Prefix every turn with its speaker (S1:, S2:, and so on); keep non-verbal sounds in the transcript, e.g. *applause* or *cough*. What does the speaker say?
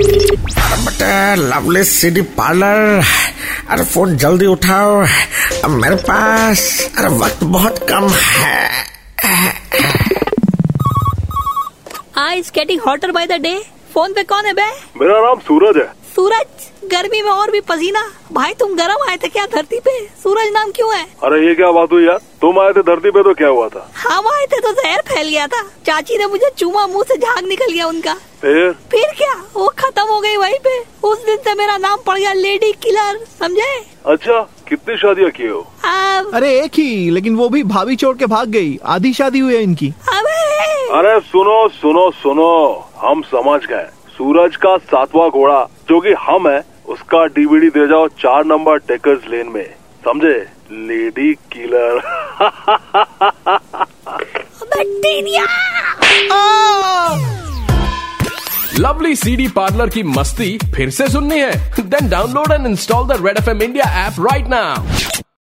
S1: but Lovely City Parlour अरे phone जल्दी उठाओ अब मेरे पास अरे वक्त बहुत कम है
S2: हाँ it's getting hotter by the day phone पे कौन है बे
S3: मेरा नाम सूरज है
S2: सूरज गर्मी में और भी पसीना भाई तुम गर्म आए थे क्या धरती पे सूरज नाम क्यों है
S3: अरे ये क्या बात हुई यार तुम आए थे धरती पे तो क्या हुआ था
S2: हम आए थे तो जहर फैल गया था चाची ने मुझे चूमा मुंह से झाग निकल गया उनका
S3: फिर
S2: फिर क्या वो खत्म हो गई वहीं पे उस दिन से मेरा नाम पड़ गया लेडी किलर समझे
S3: अच्छा कितनी शादियाँ किए हो
S2: अब
S4: अरे एक ही लेकिन वो भी भाभी छोड़ के भाग गई आधी शादी हुई है इनकी
S2: अबे
S3: अरे सुनो सुनो सुनो हम समझ गए सूरज का सातवां घोड़ा जो कि हम है उसका डीवीडी दे जाओ चार नंबर टेकर्स लेन में समझे लेडी किलर *laughs*
S2: अबे टीनिया
S5: लवली सीडी पार्लर की मस्ती फिर से सुननी है then download and install the Red F M India app right now